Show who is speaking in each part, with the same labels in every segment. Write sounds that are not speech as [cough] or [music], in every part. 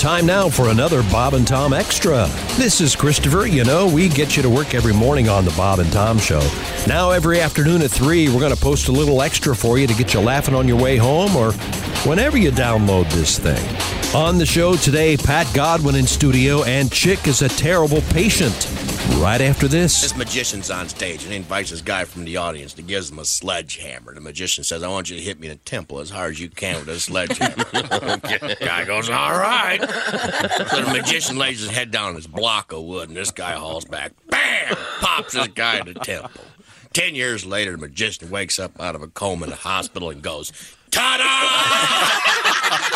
Speaker 1: Time now for another Bob and Tom Extra. This is Christopher. You know, we get you to work every morning on the Bob and Tom Show. Now, every afternoon at 3, we're going to post a little extra for you to get you laughing on your way home or whenever you download this thing. On the show today, Pat Godwin in studio and Chick is a terrible patient. Right after this,
Speaker 2: This magician's on stage and he invites this guy from the audience and gives him a sledgehammer. The magician says, I want you to hit me in the temple as hard as you can with a sledgehammer. guy goes, All right. so the magician lays his head down on his block of wood and this guy hauls back, BAM! Pops this guy in the temple. Ten years later, the magician wakes up out of a coma in the hospital and goes, Ta da!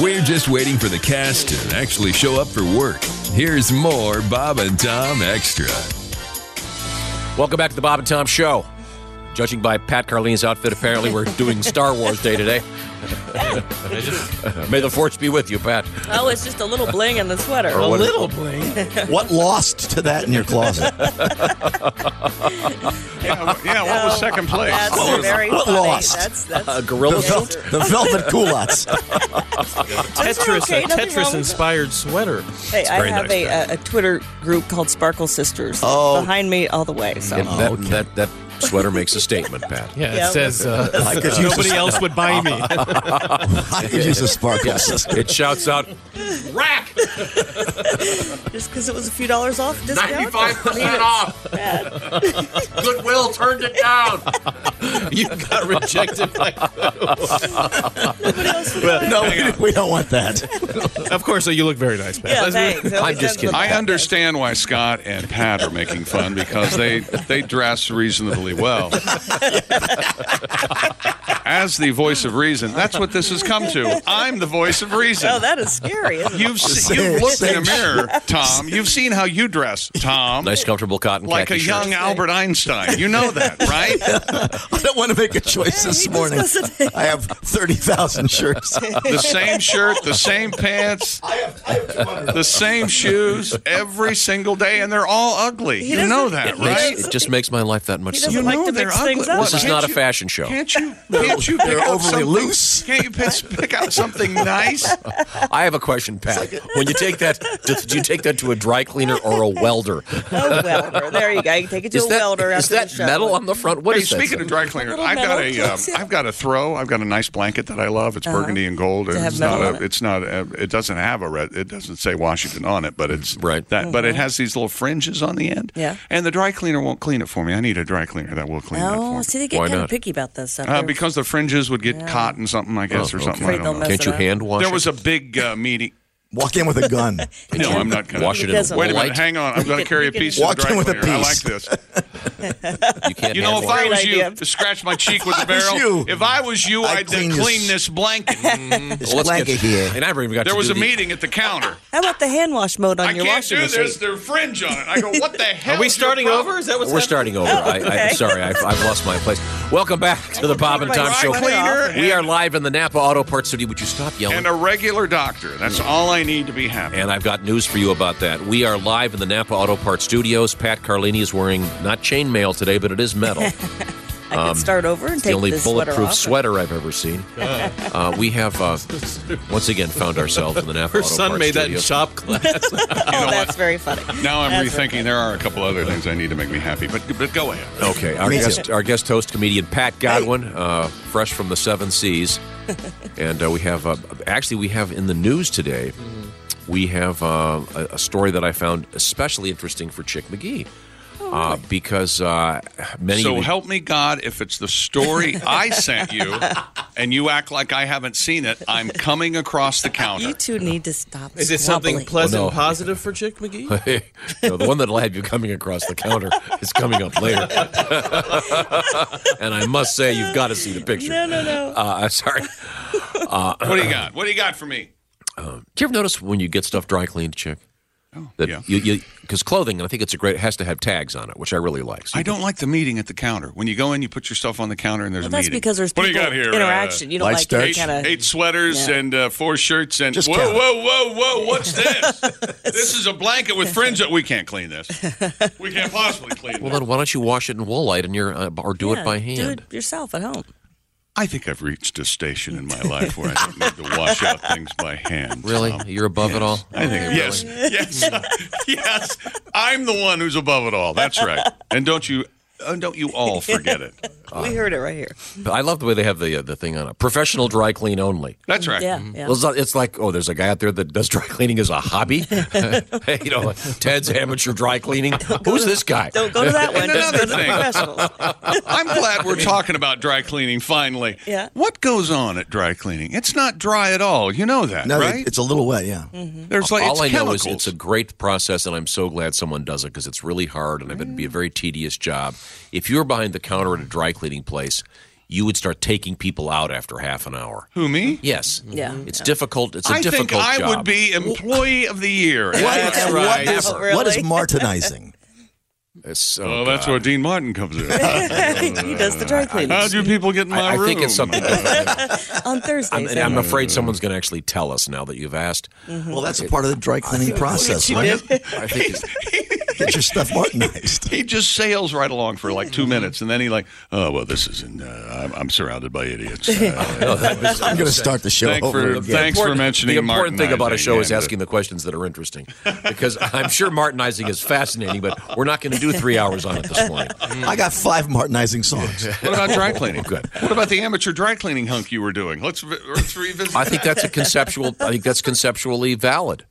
Speaker 3: We're just waiting for the cast to actually show up for work. Here's more Bob and Tom Extra.
Speaker 4: Welcome back to the Bob and Tom Show. Judging by Pat Carlene's outfit, apparently we're doing Star Wars Day today. May the force be with you, Pat.
Speaker 5: [laughs] Oh, it's just a little bling in the sweater.
Speaker 4: Or what-
Speaker 6: What lost to that in your
Speaker 4: [laughs]
Speaker 6: closet?
Speaker 7: Yeah, yeah, what was second place?
Speaker 5: Oh, That's
Speaker 6: What was-
Speaker 5: very
Speaker 6: what
Speaker 5: funny.
Speaker 6: lost?
Speaker 5: That's,
Speaker 7: [laughs]
Speaker 5: that's
Speaker 4: A gorilla
Speaker 5: Those are-
Speaker 4: suit?
Speaker 6: the velvet culottes.
Speaker 5: those are
Speaker 8: Tetris,
Speaker 5: okay,
Speaker 8: a
Speaker 5: nothing wrong
Speaker 8: Tetris
Speaker 5: with
Speaker 8: inspired sweater.
Speaker 5: them. Hey, I
Speaker 4: very
Speaker 5: have
Speaker 4: nice
Speaker 5: a, a, a Twitter group called Sparkle Sisters
Speaker 6: Oh.
Speaker 5: behind me all the way. So
Speaker 4: And that, that, that sweater makes a statement, Pat.
Speaker 7: [laughs]
Speaker 8: Yeah,
Speaker 5: Yeah.
Speaker 8: it says
Speaker 5: [laughs]
Speaker 8: uh,
Speaker 6: I could use
Speaker 8: nobody
Speaker 6: a-
Speaker 8: else would buy me.
Speaker 6: I could use a sparkle sister.
Speaker 4: It shouts out,
Speaker 5: just because it was a few dollars off discount.
Speaker 2: 95% off. Goodwill turned it down.
Speaker 8: [laughs] you got rejected.
Speaker 6: No, we, don't- we don't want that.
Speaker 8: of course, you look very nice, Pat.
Speaker 5: Yeah,
Speaker 8: Let's-
Speaker 5: thanks.
Speaker 4: I'm just kidding.
Speaker 7: I understand why Scott and Pat are making fun because they they dress reasonably well. As the voice of reason, that's what this has come to. I'm the voice of reason.
Speaker 5: Oh, that is scary. Isn't it?
Speaker 7: You've se- you've looked in a mirror, Tom. You've seen how you dress, Tom.
Speaker 4: nice, comfortable cotton
Speaker 7: like
Speaker 4: khaki
Speaker 7: a young
Speaker 4: shirt.
Speaker 7: Albert Einstein. You know that, right?
Speaker 6: I don't want to make a choice this
Speaker 5: just
Speaker 6: morning.
Speaker 5: doesn't-
Speaker 6: I have 30,000 shirts.
Speaker 7: The same shirt, the same pants, the same shoes every single day, and they're all ugly.
Speaker 5: He
Speaker 7: you know
Speaker 5: doesn't-
Speaker 7: that,
Speaker 4: It makes-
Speaker 7: right?
Speaker 4: It just makes my life that much
Speaker 5: He
Speaker 4: simpler.
Speaker 5: doesn't like to mix things up.
Speaker 7: What,
Speaker 4: This is
Speaker 7: can't
Speaker 4: not a
Speaker 7: you-
Speaker 4: fashion show.
Speaker 7: Can't [laughs] you? Can't you?
Speaker 6: they're
Speaker 7: pick out
Speaker 6: overly
Speaker 7: something-
Speaker 6: loose.
Speaker 7: Can't you pick, pick out
Speaker 4: [laughs]
Speaker 7: something nice?
Speaker 4: I have a question, Pat. when you take that, did you take that to a dry cleaner or a welder?
Speaker 5: Oh, welder. There you go. You can take it to
Speaker 4: Is
Speaker 5: a
Speaker 4: that,
Speaker 5: welder.
Speaker 4: is
Speaker 5: after
Speaker 4: that
Speaker 5: the show.
Speaker 4: metal on the front? What
Speaker 7: Hey,
Speaker 4: is
Speaker 7: speaking
Speaker 4: that?
Speaker 7: of dry cleaner,
Speaker 5: Little
Speaker 7: I've got
Speaker 5: metal
Speaker 7: a, um,
Speaker 5: clips, yeah.
Speaker 7: I've got a throw. I've got a nice blanket that I love. It's burgundy and gold, and
Speaker 5: have
Speaker 7: it's not
Speaker 5: metal
Speaker 7: a,
Speaker 5: on it.
Speaker 7: it's not a, it doesn't have a red. It doesn't say Washington on it, but it's
Speaker 4: Mm-hmm. Right.
Speaker 7: That, but it has these little fringes on the end.
Speaker 5: Mm-hmm. Yeah.
Speaker 7: And the dry cleaner won't clean it for me. I need a dry cleaner that will clean it for
Speaker 5: Oh,
Speaker 7: me.
Speaker 5: see, they get
Speaker 4: Why
Speaker 5: kind
Speaker 4: not?
Speaker 5: of picky about this stuff.
Speaker 7: Uh,
Speaker 5: They're-
Speaker 7: because the fringes would get caught in something, I
Speaker 4: Oh,
Speaker 7: guess, or something.
Speaker 5: Afraid
Speaker 7: I
Speaker 5: they'll
Speaker 7: don't know.
Speaker 5: mess
Speaker 4: Can't you
Speaker 5: it up.
Speaker 4: hand wash?
Speaker 7: There
Speaker 4: it?
Speaker 7: was a big uh, meeting.
Speaker 6: Walk in with a
Speaker 4: [laughs]
Speaker 6: gun.
Speaker 7: No, I'm not going to
Speaker 4: Wash it in
Speaker 5: doesn't
Speaker 4: the
Speaker 7: Wait a minute,
Speaker 4: light.
Speaker 7: hang on. I'm going to
Speaker 5: can-
Speaker 7: carry
Speaker 5: you
Speaker 7: a
Speaker 5: can-
Speaker 7: piece of
Speaker 6: Walk
Speaker 7: dry
Speaker 6: in with a
Speaker 7: cleaner. I like
Speaker 6: piece.
Speaker 7: this.
Speaker 4: You can't
Speaker 7: You know,
Speaker 4: hand
Speaker 7: if
Speaker 4: wash
Speaker 7: I
Speaker 5: Great
Speaker 7: was
Speaker 5: idea.
Speaker 7: you, scratch my cheek with a
Speaker 6: I was
Speaker 7: barrel.
Speaker 6: you.
Speaker 7: If I was you,
Speaker 6: I'd
Speaker 7: I'd,
Speaker 6: clean
Speaker 7: clean,
Speaker 6: this-
Speaker 7: this blanket.
Speaker 6: It's
Speaker 4: Well, let's
Speaker 6: blanket
Speaker 4: get
Speaker 6: here.
Speaker 4: And I haven't even got
Speaker 7: There
Speaker 4: to
Speaker 7: was
Speaker 4: do
Speaker 7: a
Speaker 4: the-
Speaker 7: meeting at the counter.
Speaker 5: How about the hand wash mode on
Speaker 7: I
Speaker 5: your
Speaker 7: can't
Speaker 5: washing
Speaker 7: do
Speaker 5: machine?
Speaker 7: this. There's fringe on it. I go, what the hell?
Speaker 8: Are we
Speaker 7: is your
Speaker 8: starting
Speaker 7: problem? Oh,
Speaker 8: over? Is that what's
Speaker 4: We're
Speaker 8: happening?
Speaker 4: starting over. I, I'm
Speaker 5: okay.
Speaker 4: sorry, I've, I've lost my place. Welcome back to the Bob and Tom
Speaker 5: Dry
Speaker 4: Show.
Speaker 7: cleaner
Speaker 4: We are
Speaker 7: and-
Speaker 4: live in the Napa Auto Parts Studio. Would you stop yelling?
Speaker 7: And a regular doctor. That's all I need to be happy.
Speaker 4: And I've got news for you about that. We are live in the Napa Auto Parts Studios. Pat Carlini is wearing not chainmail today, but it
Speaker 5: [laughs]
Speaker 4: is metal. It's
Speaker 5: I could start over and
Speaker 4: Um, the
Speaker 5: take
Speaker 4: only
Speaker 5: this sweater
Speaker 4: bulletproof
Speaker 5: off.
Speaker 4: sweater I've ever seen. Uh, we have uh, once again found ourselves in the Napa
Speaker 8: Her
Speaker 4: Auto
Speaker 8: son
Speaker 4: Parts
Speaker 8: made that in
Speaker 4: Studios.
Speaker 8: shop class.
Speaker 5: [laughs] Oh, that's very funny.
Speaker 7: Now I'm
Speaker 5: That's
Speaker 7: rethinking. There are a couple other things I need to make me happy, but but go ahead.
Speaker 4: Okay, our
Speaker 6: Me too.
Speaker 4: guest, our guest host, comedian Pat Godwin, uh, fresh from the
Speaker 5: [laughs]
Speaker 4: Seven Seas, and uh, we have uh, actually we have in the news today.
Speaker 5: Mm.
Speaker 4: We have uh, a, a story that I found especially interesting for Chick McGee,
Speaker 5: Oh,
Speaker 4: uh, because uh, many
Speaker 7: So
Speaker 4: of you-
Speaker 7: help me God, if it's the story I sent you, and you act like I haven't seen it, I'm coming across the counter.
Speaker 5: You two need to stop.
Speaker 8: Is it something
Speaker 5: squabbling.
Speaker 8: pleasant,
Speaker 4: Well, Oh, no.
Speaker 8: positive for Chick
Speaker 4: [laughs]
Speaker 8: McGee?
Speaker 4: no, the one that'll have you coming across the counter is coming up
Speaker 5: [laughs]
Speaker 4: later. [laughs] and I must say, you've got to see the picture.
Speaker 5: No, no, no.
Speaker 4: Uh, I'm sorry.
Speaker 7: What do you got? What do you got for me?
Speaker 4: Do you ever notice when you get stuff dry cleaned, Chick?
Speaker 7: Oh,
Speaker 4: That
Speaker 7: yeah.
Speaker 4: you because clothing, and I think it's a great has to have tags on it, which I really like. So
Speaker 7: I
Speaker 4: you
Speaker 7: don't like the meeting at the counter. When you go in, you put your stuff on the counter, and there's
Speaker 5: Well,
Speaker 7: a
Speaker 5: that's
Speaker 7: meeting.
Speaker 5: because there's
Speaker 7: what do
Speaker 5: people
Speaker 7: you got here?
Speaker 5: interaction.
Speaker 7: Uh,
Speaker 5: you don't
Speaker 6: light
Speaker 5: like that
Speaker 6: starch?
Speaker 5: kind of.
Speaker 7: Eight sweaters
Speaker 5: Yeah.
Speaker 7: and uh, four shirts and
Speaker 6: Just
Speaker 7: whoa,
Speaker 6: count.
Speaker 7: whoa, whoa, whoa!
Speaker 5: [laughs]
Speaker 7: What's this? this is a blanket with fringe. We can't clean this. We can't possibly clean.
Speaker 4: Well,
Speaker 7: that.
Speaker 4: then why don't you wash it in Woolite and your uh, or do it by hand?
Speaker 5: Do it yourself at home.
Speaker 7: I think I've reached a station in my life where I don't need to wash out things by hand.
Speaker 4: Really,
Speaker 7: Tom.
Speaker 4: you're above it all.
Speaker 7: Oh, I think yes, yes, yes. I'm the one who's above it all. That's right. And don't you, uh, don't you all forget it.
Speaker 5: we heard it right here.
Speaker 4: But I love the way they have the uh, the thing on it. Professional dry clean only.
Speaker 7: That's right.
Speaker 5: Yeah, yeah.
Speaker 4: Well, It's, not- it's like, oh, there's a guy out there that does dry cleaning as a [laughs] hobby. Hey, you know, Ted's amateur dry [laughs] cleaning. Who's this guy?
Speaker 5: Don't
Speaker 7: [laughs]
Speaker 5: go to that one.
Speaker 7: And
Speaker 5: Just go to
Speaker 7: another
Speaker 5: the
Speaker 7: thing.
Speaker 5: professionals.
Speaker 7: I'm glad we're talking about dry cleaning finally.
Speaker 5: Yeah.
Speaker 7: What goes on at dry cleaning? It's not dry at all. You know that,
Speaker 6: No,
Speaker 7: right?
Speaker 6: it- it's a little wet. Yeah.
Speaker 4: Mm-hmm.
Speaker 7: There's like it's
Speaker 4: All I know
Speaker 7: chemicals.
Speaker 4: is it's a great process, and I'm so glad someone does it because it's really hard, and it'd be a very tedious job. If you were behind the counter at a dry cleaning place, you would start taking people out after half an hour.
Speaker 7: Who me?
Speaker 4: Yes.
Speaker 5: Yeah.
Speaker 4: It's difficult. It's a
Speaker 7: I
Speaker 4: difficult
Speaker 7: think I
Speaker 4: job.
Speaker 7: would be employee of the year.
Speaker 4: That's right.
Speaker 5: is-
Speaker 4: Ever.
Speaker 6: What is
Speaker 5: Really?
Speaker 4: [laughs]
Speaker 6: martinizing?
Speaker 4: It's- oh,
Speaker 7: Oh, that's
Speaker 4: God.
Speaker 7: where Dean Martin comes
Speaker 4: [laughs]
Speaker 7: in.
Speaker 5: [laughs] he does the dry
Speaker 7: How
Speaker 5: cleaning
Speaker 7: do people get in my
Speaker 4: I, I
Speaker 7: room?
Speaker 4: think
Speaker 7: [laughs]
Speaker 4: it's something different.
Speaker 5: on Thursdays.
Speaker 4: and I'm afraid someone's going to actually tell us now that you've asked.
Speaker 6: Well, that's a part of the dry cleaning process. Right?
Speaker 4: I think
Speaker 7: [laughs]
Speaker 4: it's,
Speaker 6: Get your stuff martinized.
Speaker 7: He just sails right along for like two minutes, and then he like, oh well, this isn't. Uh, I'm, I'm surrounded by idiots.
Speaker 4: [laughs] Oh,
Speaker 7: Uh,
Speaker 6: I'm going to start the show
Speaker 7: Thanks
Speaker 6: over
Speaker 7: for-
Speaker 6: again.
Speaker 7: thanks. for
Speaker 4: important-
Speaker 7: mentioning
Speaker 4: The important thing about a
Speaker 7: martinizing
Speaker 4: show is
Speaker 7: and, uh,
Speaker 4: asking the questions that are interesting, because I'm sure martinizing is fascinating, but we're not going to do three hours on it this morning.
Speaker 6: I got five martinizing
Speaker 7: [laughs]
Speaker 6: songs.
Speaker 7: what about dry cleaning?
Speaker 4: [laughs] Good.
Speaker 7: What about the amateur dry cleaning hunk you were doing? Let's, re- let's revisit.
Speaker 4: I think that's a conceptual. I think that's conceptually valid.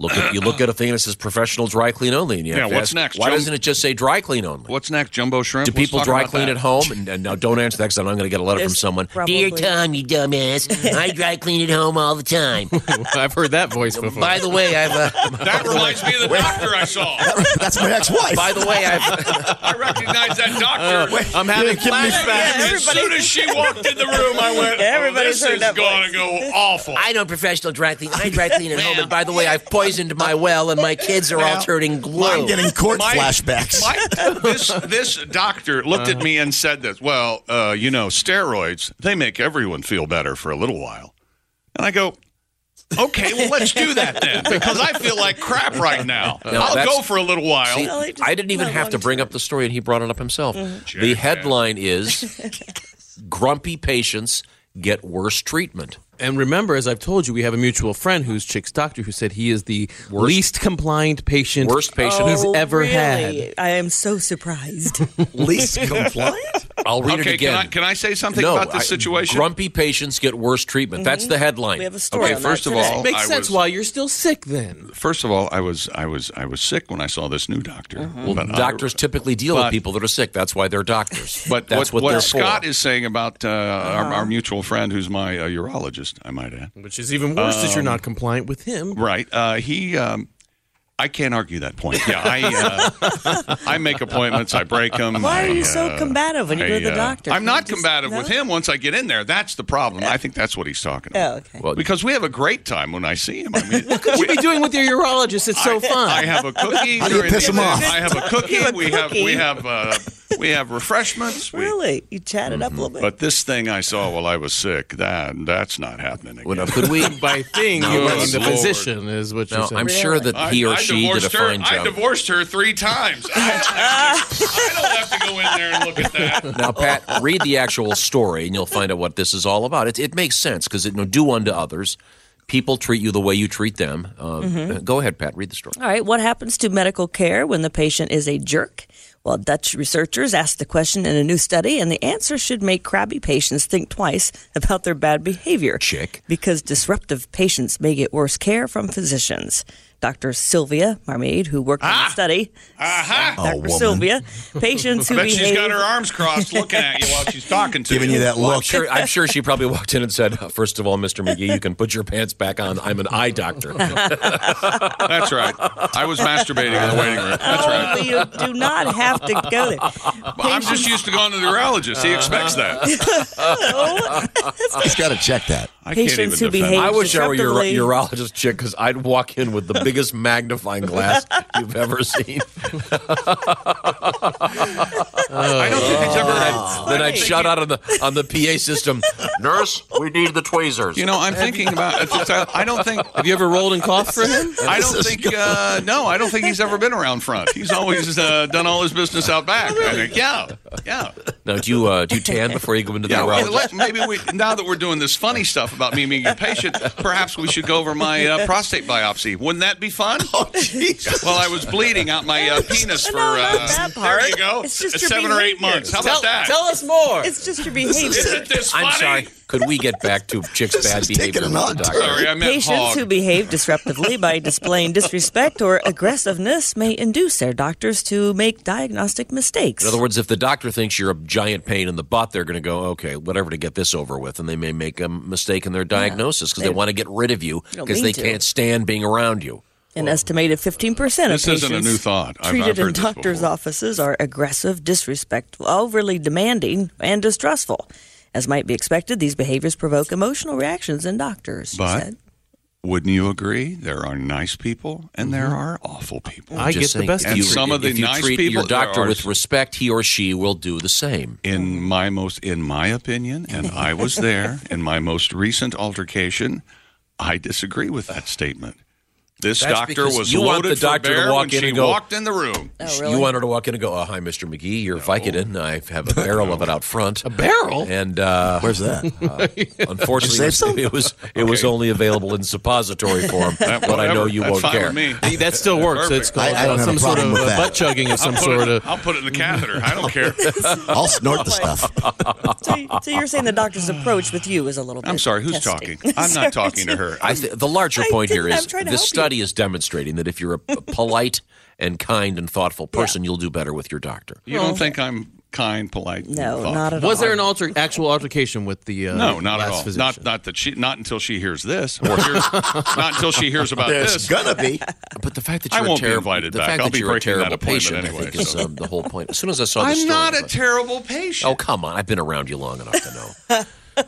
Speaker 4: Look, at, you look at a thing that says professional dry clean only, and you have
Speaker 7: Yeah,
Speaker 4: to
Speaker 7: what's
Speaker 4: ask,
Speaker 7: next,
Speaker 4: Why
Speaker 7: Joe?
Speaker 4: doesn't it just say dry clean only?
Speaker 7: What's next, Jumbo Shrimp?
Speaker 4: Do
Speaker 7: Let's
Speaker 4: people
Speaker 7: talk
Speaker 4: dry
Speaker 7: about
Speaker 4: clean
Speaker 7: that.
Speaker 4: at home? And, and now don't answer that because I'm going to get a letter
Speaker 5: There's
Speaker 4: from someone.
Speaker 5: probably-
Speaker 9: Dear Tom, you dumbass, I dry clean at home all the
Speaker 7: [laughs]
Speaker 9: time.
Speaker 8: I've heard that voice before.
Speaker 9: By the way, I've uh,
Speaker 7: That reminds me of the doctor I
Speaker 4: [laughs]
Speaker 7: saw.
Speaker 6: That's my ex-wife.
Speaker 9: by the way, I've
Speaker 7: I recognize that
Speaker 4: Uh,
Speaker 7: doctor.
Speaker 8: I'm having flashbacks.
Speaker 7: as soon as she walked in the room, I went,
Speaker 5: Everybody's
Speaker 7: oh,
Speaker 5: heard
Speaker 7: this
Speaker 5: that
Speaker 7: is going to
Speaker 5: voice.
Speaker 7: go awful.
Speaker 9: I don't professional dry clean.
Speaker 4: [laughs]
Speaker 9: I dry clean at home, and by the way, I've poisoned my well, and my kids are all turning
Speaker 6: I'm
Speaker 9: blue.
Speaker 6: getting court
Speaker 7: My-
Speaker 6: flashbacks.
Speaker 7: My- this this doctor looked at me and said this. Well, uh, you know, steroids they make everyone feel better for a little while, and I go. Okay, well, let's do that then, because I feel like crap right now. I'll
Speaker 4: that's-
Speaker 7: go for a little while.
Speaker 4: See,
Speaker 5: I just-
Speaker 4: I didn't even
Speaker 5: not
Speaker 4: have to
Speaker 5: long
Speaker 4: bring up the story, and he brought it up himself.
Speaker 8: Mm.
Speaker 4: The [laughs] headline is Grumpy Patients Get Worse Treatment.
Speaker 8: And remember, as I've told you, we have a mutual friend who's Chick's doctor who said he is the least compliant patient,
Speaker 4: Worst patient.
Speaker 8: he's ever had.
Speaker 5: Oh, I am so surprised.
Speaker 6: Least compliant.
Speaker 4: I'll read
Speaker 7: okay,
Speaker 4: it again.
Speaker 7: Can, I, can I say something
Speaker 4: no,
Speaker 7: about this
Speaker 4: I-
Speaker 7: situation? Mm-hmm.
Speaker 4: grumpy patients get worse treatment. That's the headline.
Speaker 5: We have a story.
Speaker 7: Okay,
Speaker 5: on
Speaker 7: first
Speaker 5: that
Speaker 7: of all,
Speaker 5: today.
Speaker 7: Well,
Speaker 8: Makes
Speaker 7: I
Speaker 8: sense
Speaker 7: was-
Speaker 8: why you're still sick then.
Speaker 7: First of all, I was I was I was sick when I saw this new doctor.
Speaker 4: Uh-huh.
Speaker 7: But I-
Speaker 4: Doctors typically deal
Speaker 7: but-
Speaker 4: with people that are sick. That's why they're doctors.
Speaker 7: [laughs] But
Speaker 4: that's
Speaker 7: what,
Speaker 4: what, they're
Speaker 7: Scott
Speaker 4: [laughs] for. Uh-huh.
Speaker 7: is saying about uh, our, our mutual friend, who's my uh, urologist, I might add.
Speaker 8: Which is even worse that you're not compliant with him.
Speaker 7: Right. Uh, he. Um, I can't argue that point. Yeah, I uh, I make appointments. I break them.
Speaker 5: Why are
Speaker 7: I,
Speaker 5: you so
Speaker 7: uh,
Speaker 5: combative when you go to
Speaker 7: I,
Speaker 5: the
Speaker 7: uh,
Speaker 5: doctor?
Speaker 7: I'm
Speaker 5: You
Speaker 7: not
Speaker 5: just-
Speaker 7: combative
Speaker 5: no?
Speaker 7: with him. Once I get in there, that's the problem. I think that's what he's talking
Speaker 5: Oh,
Speaker 7: about.
Speaker 5: okay.
Speaker 4: Well,
Speaker 7: Because we have a great time when I see him. I mean,
Speaker 8: What [laughs] you be doing with your urologist? It's so fun.
Speaker 7: I have a cookie.
Speaker 6: do you
Speaker 7: during
Speaker 6: piss
Speaker 7: the
Speaker 6: him
Speaker 7: day.
Speaker 6: off?
Speaker 5: [laughs]
Speaker 7: I have a cookie.
Speaker 5: have a
Speaker 7: we have we
Speaker 5: cookie.
Speaker 7: have uh, we have refreshments. We-
Speaker 5: Really? You chatted up a little bit.
Speaker 7: Mm-hmm. but this thing I saw while I was sick, that that's not happening again.
Speaker 4: Well,
Speaker 7: [laughs]
Speaker 4: now, could we? [laughs]
Speaker 8: By thing, you mean the
Speaker 7: Lord.
Speaker 8: physician is what
Speaker 4: Now,
Speaker 8: you're saying.
Speaker 4: I'm sure that he or she did a
Speaker 7: divorced her-
Speaker 4: fine
Speaker 7: I
Speaker 4: job.
Speaker 7: divorced her three times. I don't, have to,
Speaker 5: [laughs]
Speaker 7: I don't have to go in there and look at that.
Speaker 4: Now, Pat, read the actual story, and you'll find out what this is all about. It, it makes sense because it you know, do unto others. People treat you the way you treat them. Uh,
Speaker 7: Mm-hmm.
Speaker 4: Go ahead, Pat. Read the story.
Speaker 5: All right, what happens to medical care when the patient is a jerk? Well, Dutch researchers asked the question in a new study, and the answer should make crabby patients think twice about their bad behavior.
Speaker 4: Chick.
Speaker 5: Because disruptive patients may get worse care from physicians. Dr. Sylvia Marmaid, who worked on the study,
Speaker 7: Ah! Uh-huh.
Speaker 5: Dr. Sylvia,
Speaker 7: [laughs]
Speaker 5: patients who
Speaker 7: Bet
Speaker 5: behave.
Speaker 7: she's got her arms crossed looking at you while she's talking to
Speaker 6: Giving you that
Speaker 4: Well, I'm
Speaker 6: look.
Speaker 4: sure, I'm sure she probably walked in and said, "Uh, First of all, Mr. McGee, you can put your pants back on. I'm an eye doctor.
Speaker 7: That's right. I was masturbating in the waiting room. That's right.
Speaker 5: Oh, you do not have to go there.
Speaker 7: But [laughs] I'm just used to going to the urologist. He expects that.
Speaker 6: He's got to check that.
Speaker 7: I
Speaker 5: Patients who
Speaker 7: can't even defend.
Speaker 5: behave-
Speaker 4: I wish I were your
Speaker 5: Disruptively.
Speaker 4: urologist chick because I'd walk in with the biggest magnifying glass you've ever seen.
Speaker 7: I don't think he's ever. had-
Speaker 4: then I'd shout out on the on the PA system, "Nurse, we need the tweezers."
Speaker 7: You know, I'm thinking about. I don't think.
Speaker 8: Have you ever rolled and coughed for him?
Speaker 7: I don't think. Uh, no, I don't think he's ever been around front. He's always uh, done all his business out back. I think. Yeah, yeah.
Speaker 4: Now, do you uh, do you tan before you go into the
Speaker 7: Yeah, well,
Speaker 4: urologist?
Speaker 7: let- maybe we now that we're doing this funny stuff about me being a patient, perhaps we should go over my uh, prostate biopsy. Wouldn't that be fun? Oh, jeez. Well, I was bleeding out my uh, penis for
Speaker 5: No, not
Speaker 7: uh,
Speaker 5: that
Speaker 7: there
Speaker 5: part.
Speaker 7: you go, Uh,
Speaker 5: It's just your
Speaker 7: seven or eight
Speaker 5: behavior.
Speaker 7: months. How
Speaker 9: Tell,
Speaker 7: about that?
Speaker 9: tell us more.
Speaker 5: It's just your behavior.
Speaker 7: Isn't this
Speaker 4: I'm
Speaker 7: funny?
Speaker 4: sorry. Could we get back to chicks'
Speaker 6: This
Speaker 4: bad
Speaker 6: is
Speaker 4: behavior?
Speaker 6: taking an
Speaker 4: with the
Speaker 6: odd
Speaker 4: doctor?
Speaker 6: turn.
Speaker 7: Sorry, I meant
Speaker 5: Patients
Speaker 7: hog.
Speaker 5: who behave disruptively
Speaker 7: [laughs]
Speaker 5: by displaying disrespect or aggressiveness may induce their doctors to make diagnostic mistakes.
Speaker 4: In other words, if the doctor thinks you're a giant pain in the butt, they're going to go, okay, whatever to get this over with. And they may make a mistake in their diagnosis because they want to get rid of you
Speaker 5: They don't
Speaker 4: because they
Speaker 5: mean to.
Speaker 4: can't stand being around you.
Speaker 5: An estimated 15% of
Speaker 7: This
Speaker 5: patients
Speaker 7: isn't a new thought. I've-
Speaker 5: treated
Speaker 7: I've heard
Speaker 5: in
Speaker 7: this
Speaker 5: doctors'
Speaker 7: before.
Speaker 5: offices are aggressive, disrespectful, overly demanding, and distrustful. As might be expected, these behaviors provoke emotional reactions in doctors. she
Speaker 7: But-
Speaker 5: said.
Speaker 7: Wouldn't you agree? There are nice people and there are awful people.
Speaker 8: I get
Speaker 4: Just
Speaker 8: the
Speaker 4: saying,
Speaker 8: best
Speaker 4: if
Speaker 8: of
Speaker 4: you-
Speaker 8: you.
Speaker 7: And some of
Speaker 4: if
Speaker 7: the
Speaker 4: you
Speaker 7: nice
Speaker 4: treat
Speaker 7: people
Speaker 4: your doctor
Speaker 7: are-
Speaker 4: with respect, he or she will do the same.
Speaker 7: in my most in my opinion and i was
Speaker 4: [laughs]
Speaker 7: there in my most recent altercation i disagree with that statement this
Speaker 4: That's
Speaker 7: doctor
Speaker 4: because
Speaker 7: was
Speaker 4: you want
Speaker 7: loaded
Speaker 4: the doctor
Speaker 7: for
Speaker 4: to
Speaker 7: bear
Speaker 4: walk
Speaker 7: when
Speaker 4: in
Speaker 7: she
Speaker 4: and go-
Speaker 7: walked in the room
Speaker 5: Oh, really?
Speaker 4: You want her to walk in and go, oh, hi, Mr. McGee, your Vicodin. I have a barrel of it out front. A
Speaker 8: barrel?
Speaker 4: And uh,
Speaker 6: [laughs] Where's that?
Speaker 4: unfortunately,
Speaker 6: Did you save
Speaker 4: it was,
Speaker 6: some?
Speaker 4: it was it was only available in suppository
Speaker 7: [laughs]
Speaker 4: form, but I know
Speaker 7: Whatever.
Speaker 4: you
Speaker 7: That's
Speaker 4: won't
Speaker 7: fine
Speaker 4: care.
Speaker 7: with me.
Speaker 8: Hey, That still works.
Speaker 7: Perfect.
Speaker 8: It's called
Speaker 6: I- I don't
Speaker 8: uh,
Speaker 6: have a
Speaker 8: some sort
Speaker 6: problem
Speaker 8: of
Speaker 6: with
Speaker 8: uh,
Speaker 6: that.
Speaker 8: butt chugging of
Speaker 7: I'll
Speaker 8: some
Speaker 7: put,
Speaker 8: sort
Speaker 7: it,
Speaker 8: of.
Speaker 7: I'll put it in the catheter i don't care
Speaker 6: I'll snort the stuff.
Speaker 5: so, so you're saying the doctor's approach with you is a little bit.
Speaker 7: i'm sorry who's
Speaker 5: testy.
Speaker 7: talking
Speaker 5: [laughs]
Speaker 7: i'm
Speaker 5: Sorry.
Speaker 7: not talking to her
Speaker 4: I th- the larger
Speaker 5: I
Speaker 4: point here
Speaker 5: didn't-
Speaker 4: is
Speaker 5: I'm trying to
Speaker 4: this
Speaker 5: help you.
Speaker 4: study is demonstrating that if you're a p- polite and kind and thoughtful person, you'll do better with your doctor.
Speaker 7: you don't think i'm kind polite and
Speaker 5: No,
Speaker 7: thoughtful?
Speaker 5: not at all.
Speaker 8: Was there an alter, actual altercation with the uh,
Speaker 7: no, not at
Speaker 8: last
Speaker 7: all.
Speaker 8: Physician?
Speaker 7: Not not that she not until she hears this, or hears, not until she hears about
Speaker 6: There's
Speaker 7: this.
Speaker 6: gonna be.
Speaker 4: But the fact that
Speaker 7: I
Speaker 4: you're
Speaker 7: won't
Speaker 4: a
Speaker 7: be
Speaker 4: terrible,
Speaker 7: invited
Speaker 4: the
Speaker 7: back.
Speaker 4: fact
Speaker 7: I'll
Speaker 4: that
Speaker 7: be
Speaker 4: you're a
Speaker 7: breaking that
Speaker 4: terrible patient,
Speaker 7: appointment
Speaker 4: I think,
Speaker 7: anyway,
Speaker 4: is
Speaker 7: so-
Speaker 4: um, the whole point. As soon as I saw this,
Speaker 7: I'm
Speaker 4: story,
Speaker 7: not
Speaker 4: I
Speaker 7: a
Speaker 4: thought,
Speaker 7: terrible patient.
Speaker 4: Oh come on! I've been around you long enough to know.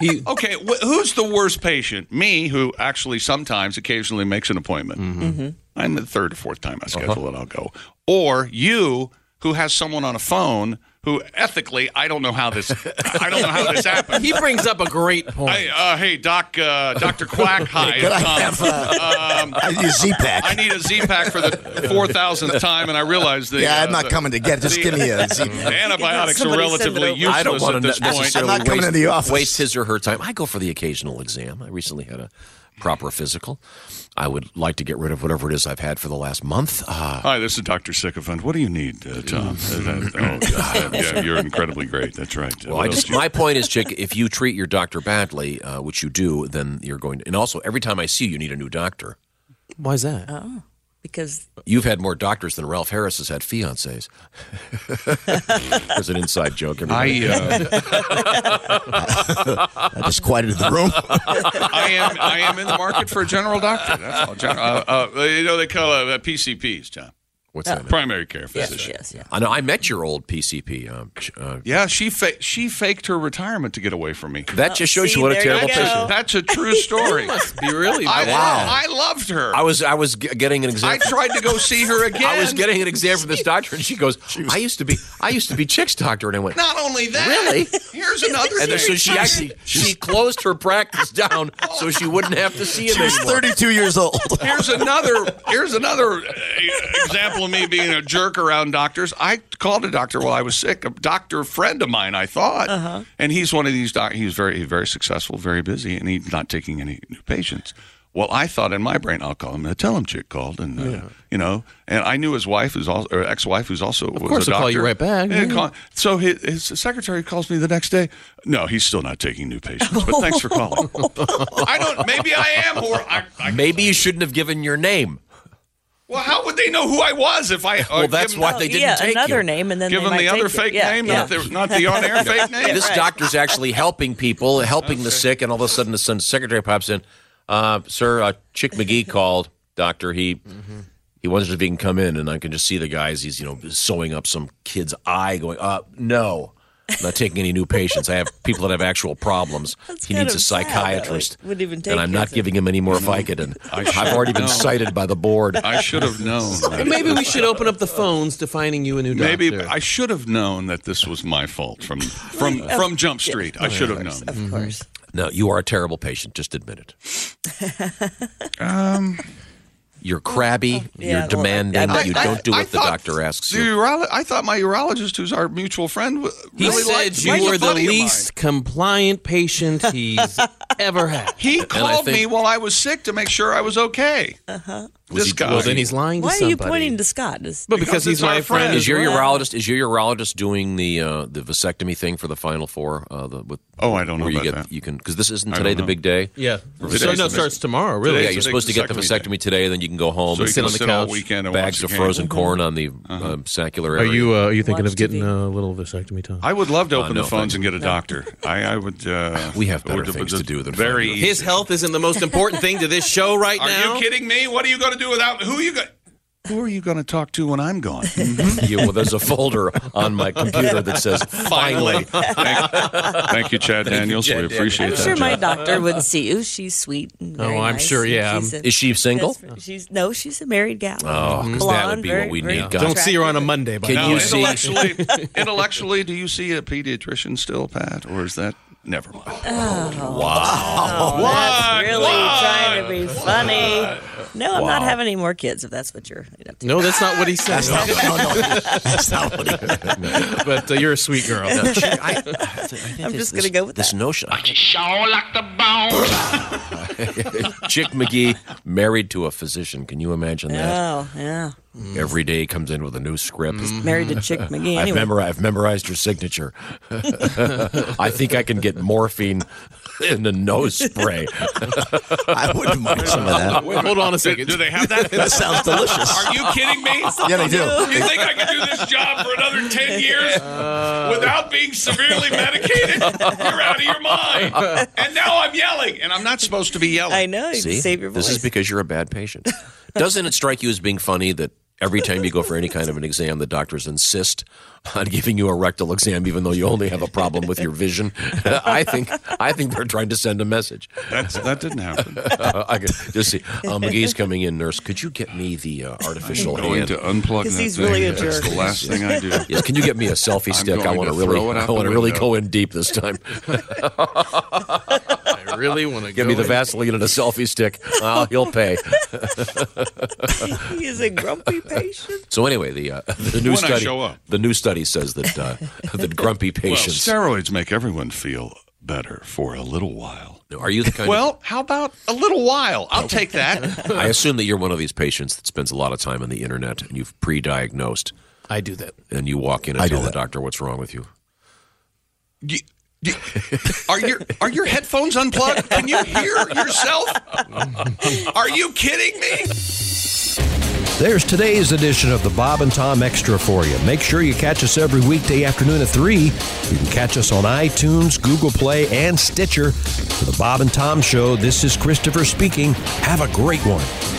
Speaker 8: He,
Speaker 7: Okay, wh- who's the worst patient? Me, who actually sometimes, occasionally makes an appointment.
Speaker 5: Mm-hmm.
Speaker 7: I'm the third or fourth time I
Speaker 6: Uh-huh.
Speaker 7: schedule it, I'll go. Or you, who has someone on a phone who ethically, I don't know
Speaker 6: [laughs]
Speaker 7: how this, I don't know how this happened.
Speaker 8: he brings up a
Speaker 4: [laughs]
Speaker 8: great point.
Speaker 7: Hey, uh, hey, Doc, uh, Doctor Quack,
Speaker 6: [laughs]
Speaker 7: hi.
Speaker 6: Could I
Speaker 7: it's Tom.
Speaker 6: have uh, I need a Z-Pack?
Speaker 7: I need a Z pack for the four thousandth time, and I realize that.
Speaker 6: yeah, I'm not coming to get it. Just give me
Speaker 7: [laughs]
Speaker 6: a
Speaker 7: The
Speaker 6: Z-Pack.
Speaker 7: antibiotics are
Speaker 5: Somebody send it
Speaker 7: relatively
Speaker 5: over.
Speaker 7: useless
Speaker 4: I don't
Speaker 7: at
Speaker 4: want to
Speaker 7: this point.
Speaker 4: necessarily
Speaker 6: I'm not coming
Speaker 4: waste,
Speaker 6: into the office.
Speaker 4: waste his or her time. I go for the occasional exam. I recently had a proper physical. I would like to get rid of whatever it is I've had for the last month. Uh,
Speaker 7: Hi, this is Dr. Sycophant. What do you need, uh, Tom? Uh, that- oh,
Speaker 4: [laughs]
Speaker 7: God. Yeah, you're incredibly great. That's right.
Speaker 4: well,
Speaker 5: [laughs]
Speaker 4: I just my point is, chick, if you treat your doctor badly, uh, which you do, then you're going. To, and also, every time I see you, you need a new doctor.
Speaker 8: Why is that?
Speaker 5: Because
Speaker 4: You've had more doctors than Ralph Harris has had fiancés. [laughs] There's an inside joke. Everybody.
Speaker 7: I, uh,
Speaker 6: I just quieted the room.
Speaker 7: I am I am in the market for a general doctor. That's all. Gen- uh, uh, you know they call it uh, PCPs, Tom.
Speaker 4: What's that?
Speaker 7: Primary care
Speaker 5: yes,
Speaker 7: physician.
Speaker 5: yes, yeah.
Speaker 4: I know. I met your old PCP. Um, ch- uh,
Speaker 7: Yeah, she fa- she faked her retirement to get away from me.
Speaker 4: that just shows
Speaker 5: Oh, see,
Speaker 4: you what a
Speaker 5: there you
Speaker 4: terrible
Speaker 5: go.
Speaker 4: patient.
Speaker 7: That's a true
Speaker 4: [laughs]
Speaker 7: story. I,
Speaker 8: Be really
Speaker 7: I loved her.
Speaker 4: I was I was g- getting an exam.
Speaker 7: I tried to go see her again.
Speaker 4: [laughs] I was getting an
Speaker 5: [laughs]
Speaker 4: exam from this doctor, and she goes, "I used to be, I used to be chick's doctor," and I went,
Speaker 7: Not only that.
Speaker 4: Really?
Speaker 7: Here's another
Speaker 4: and
Speaker 7: thing.
Speaker 4: then, so she actually she closed her practice down so she wouldn't have to see him
Speaker 6: She was
Speaker 4: anymore.
Speaker 6: 32 years old.
Speaker 7: Here's another. Here's another uh, example of me being a jerk around doctors. I called a doctor while I was sick, a doctor friend of mine. I thought,
Speaker 8: Uh-huh.
Speaker 7: and he's one of these doc. He's very, very successful, very busy, and he's not taking any new patients. Well, I thought in my brain, I'll call him. The tell him chick called, and uh, you know, and I knew his wife, who's also or ex-wife, who's also of
Speaker 8: course
Speaker 7: a
Speaker 8: he'll call you
Speaker 7: doctor.
Speaker 8: right back,
Speaker 7: And
Speaker 8: yeah.
Speaker 7: call- so his, his secretary calls me the next day. No, he's still not taking new patients. But thanks for
Speaker 8: [laughs]
Speaker 7: calling. I don't. Maybe I am, or I, I
Speaker 4: Maybe you shouldn't have given your name.
Speaker 7: well, how would they know who I was if I? uh,
Speaker 4: Well, that's why they didn't
Speaker 5: yeah,
Speaker 4: take
Speaker 5: another
Speaker 4: you.
Speaker 5: name, and then
Speaker 7: Give
Speaker 5: they
Speaker 7: them
Speaker 5: might
Speaker 7: the other
Speaker 5: take it.
Speaker 7: fake
Speaker 5: Yeah,
Speaker 7: name,
Speaker 5: yeah.
Speaker 7: not the not the
Speaker 5: [laughs]
Speaker 7: on air fake name.
Speaker 4: This doctor's actually helping people, helping the sick, and all of a sudden the son's secretary pops in. Uh, sir, uh, Chick McGee called doctor. He he wonders if he can come in, and I can just see the guys. He's you know sewing up some kid's eye, going, uh, "No, I'm not taking any new patients. I have people that have actual problems.
Speaker 5: [laughs] That's
Speaker 4: he
Speaker 5: kind
Speaker 4: needs a
Speaker 5: of sad, though.
Speaker 4: psychiatrist.
Speaker 5: Wouldn't even take
Speaker 4: and I'm not
Speaker 5: his-
Speaker 4: giving him any more [laughs] Vicodin. I've already been
Speaker 7: No.
Speaker 4: cited by the board.
Speaker 7: I should
Speaker 5: [laughs]
Speaker 7: have known. that.
Speaker 8: Maybe we should open up the phones to finding you a new doctor.
Speaker 7: Maybe I should have known that this was my fault from from from Jump Street. I should have known.
Speaker 5: Of course.
Speaker 4: No, you are a terrible patient. Just admit it. You're crabby.
Speaker 5: yeah,
Speaker 4: you're
Speaker 5: well,
Speaker 4: demanding
Speaker 5: I-
Speaker 4: that you
Speaker 7: I-
Speaker 4: don't do
Speaker 7: I
Speaker 4: what the
Speaker 7: thought
Speaker 4: doctor asks
Speaker 7: the
Speaker 4: you.
Speaker 7: urolo- I thought my urologist, who's our mutual friend, w-
Speaker 8: He
Speaker 7: really
Speaker 8: said
Speaker 7: liked
Speaker 8: you
Speaker 7: He's a
Speaker 8: were the
Speaker 7: buddy of mine.
Speaker 8: least compliant [laughs] patient he's ever had.
Speaker 7: He
Speaker 4: I
Speaker 7: called me
Speaker 4: think-
Speaker 7: while I was sick to make sure I was okay.
Speaker 4: Was
Speaker 5: Uh-huh.
Speaker 7: This
Speaker 4: he-
Speaker 7: guy.
Speaker 8: Well, then he's lying to
Speaker 5: Why are
Speaker 8: somebody.
Speaker 5: you pointing to Scott? Is-
Speaker 8: But
Speaker 7: Because
Speaker 8: because, he's
Speaker 7: it's our
Speaker 8: my
Speaker 7: friend.
Speaker 8: friend.
Speaker 4: Is your
Speaker 5: well.
Speaker 4: urologist is your urologist doing the uh, the vasectomy thing for the final four? Uh, the, with
Speaker 7: Oh, I don't know
Speaker 4: where you
Speaker 7: about that.
Speaker 4: You can because this isn't
Speaker 7: I
Speaker 4: today
Speaker 7: don't
Speaker 4: the
Speaker 7: know.
Speaker 4: big day. Oh,
Speaker 8: Yeah.
Speaker 7: Today's
Speaker 8: So no,
Speaker 7: the
Speaker 8: it starts
Speaker 7: big-
Speaker 8: tomorrow. Really?
Speaker 4: yeah,
Speaker 7: Today's
Speaker 4: you're
Speaker 7: the
Speaker 4: supposed to
Speaker 7: big
Speaker 4: get the vasectomy
Speaker 7: vasectomy
Speaker 4: today, then you can go home
Speaker 7: So
Speaker 4: and
Speaker 7: you
Speaker 4: sit
Speaker 7: can
Speaker 4: on the
Speaker 7: sit all
Speaker 4: couch.
Speaker 7: weekend and
Speaker 4: bags
Speaker 7: watch
Speaker 4: of
Speaker 7: the game. Uh-huh.
Speaker 4: frozen corn on the um, saccular
Speaker 8: Are
Speaker 4: area. [laughs]
Speaker 8: you uh, are you thinking
Speaker 5: Watch
Speaker 8: of getting
Speaker 5: TV.
Speaker 8: a little vasectomy, Tom?
Speaker 7: I would love to open
Speaker 4: Uh, no,
Speaker 7: the phones
Speaker 4: thank
Speaker 7: and get a
Speaker 4: [laughs]
Speaker 7: doctor. I, I would. Uh,
Speaker 4: We have
Speaker 7: I would-
Speaker 4: better things to do than
Speaker 7: very.
Speaker 4: find
Speaker 8: His
Speaker 7: easy.
Speaker 8: health isn't the most important thing to this show right
Speaker 7: Are
Speaker 8: now.
Speaker 7: you kidding me? What are you going to do without? Who are you going? Who are you going to talk to when I'm
Speaker 5: [laughs]
Speaker 7: gone?
Speaker 4: You- well, there's a folder on my computer that
Speaker 7: [laughs]
Speaker 4: says "Finally."
Speaker 7: thank, thank you, Chad Daniels.
Speaker 4: Chad
Speaker 7: we appreciate
Speaker 5: I'm
Speaker 7: that.
Speaker 5: sure my
Speaker 7: Chad.
Speaker 5: doctor would see you. She's sweet. And very
Speaker 8: Oh, I'm
Speaker 5: nice,
Speaker 8: sure,
Speaker 5: and
Speaker 8: yeah.
Speaker 5: she's a-
Speaker 4: Is she
Speaker 5: [laughs]
Speaker 4: single?
Speaker 5: that's- She's no, she's a married gal.
Speaker 4: Oh, because that
Speaker 5: Blonde,
Speaker 4: would be
Speaker 5: very-
Speaker 4: what we
Speaker 5: very
Speaker 4: need.
Speaker 5: good.
Speaker 4: God.
Speaker 8: Don't see her on a Monday. By
Speaker 4: Can
Speaker 8: the
Speaker 4: you
Speaker 8: way.
Speaker 4: see-
Speaker 7: intellectually,
Speaker 5: [laughs]
Speaker 7: intellectually, do you see a pediatrician still, Pat, or is that never mind?
Speaker 5: Oh, That's really trying to be funny. No, I'm not having any more kids. If that's what you're.
Speaker 8: No, [laughs] that's not what he said.
Speaker 6: no, no, that's not what it is.
Speaker 8: but uh, you're a sweet girl.
Speaker 5: I'm just gonna go with
Speaker 4: this
Speaker 5: that.
Speaker 4: notion. I just like the bone. [laughs] Chick McGee married to a physician. Can you imagine that?
Speaker 5: Oh yeah,
Speaker 4: Every day comes in with a new script.
Speaker 5: married to Chick McGee.
Speaker 4: I've,
Speaker 5: Mm. Anyway,
Speaker 4: memori- I've memorized her signature. [laughs] I think I can get morphine [laughs] in a nose spray.
Speaker 6: I wouldn't mind some of that.
Speaker 8: Hold on a second.
Speaker 7: Do they have that?
Speaker 6: That sounds delicious.
Speaker 7: Are you kidding me?
Speaker 6: Yeah, they do.
Speaker 7: You think I could do this job for another 10 years without being severely medicated? You're out of your mind. And now I'm yelling, and I'm not supposed to be
Speaker 5: [laughs]
Speaker 7: yelling.
Speaker 5: I know. You
Speaker 4: See,
Speaker 5: can save your voice.
Speaker 4: this is because you're a
Speaker 5: [laughs]
Speaker 4: bad patient. Doesn't it strike you as being funny that every time you go for any kind of an exam, the doctors insist on giving you a rectal exam, even though you only have a problem with your vision? [laughs] I think I think they're trying to send a message. [laughs]
Speaker 7: That's, that
Speaker 5: [laughs]
Speaker 7: didn't happen.
Speaker 4: Uh, I could just see uh, McGee's coming in. Nurse, could you get me the uh, artificial
Speaker 7: Going
Speaker 4: hand?
Speaker 7: to unplug that
Speaker 5: 'Cause he's
Speaker 7: thing.
Speaker 5: really a
Speaker 7: That's
Speaker 5: jerk.
Speaker 7: the last thing I
Speaker 5: [laughs]
Speaker 7: do.
Speaker 4: Yes, can you get me a selfie stick? I
Speaker 7: going
Speaker 4: want to
Speaker 7: to
Speaker 4: really,
Speaker 7: throw it out
Speaker 4: I
Speaker 7: the
Speaker 4: want to really
Speaker 7: window.
Speaker 4: go in deep this time.
Speaker 8: I really want to
Speaker 4: Give me the Vaseline and a selfie stick. Uh, he'll pay.
Speaker 5: [laughs] he is a grumpy patient.
Speaker 4: So anyway, the uh, [laughs] the new
Speaker 7: When I
Speaker 4: study
Speaker 7: show up.
Speaker 4: the new study says that uh, [laughs] that grumpy patients.
Speaker 7: steroids make everyone feel better for a little while.
Speaker 4: [laughs] Are you the kind? of,
Speaker 7: Well, uh, how about a little while? I'll
Speaker 5: [laughs]
Speaker 7: take that.
Speaker 4: I assume that you're one of these patients that spends a lot of time on the internet and you've pre-diagnosed
Speaker 8: I do that.
Speaker 4: and you walk in and
Speaker 6: I do
Speaker 4: tell the
Speaker 6: that.
Speaker 4: doctor what's wrong with you.
Speaker 7: You- you- are your are your headphones unplugged? Can you hear yourself? Are you kidding me?
Speaker 1: There's today's edition of the Bob and Tom Extra for you. Make sure you catch us every weekday afternoon at 3. You can catch us on iTunes, Google Play, and Stitcher. For the Bob and Tom Show, this is Christopher speaking. Have a great one.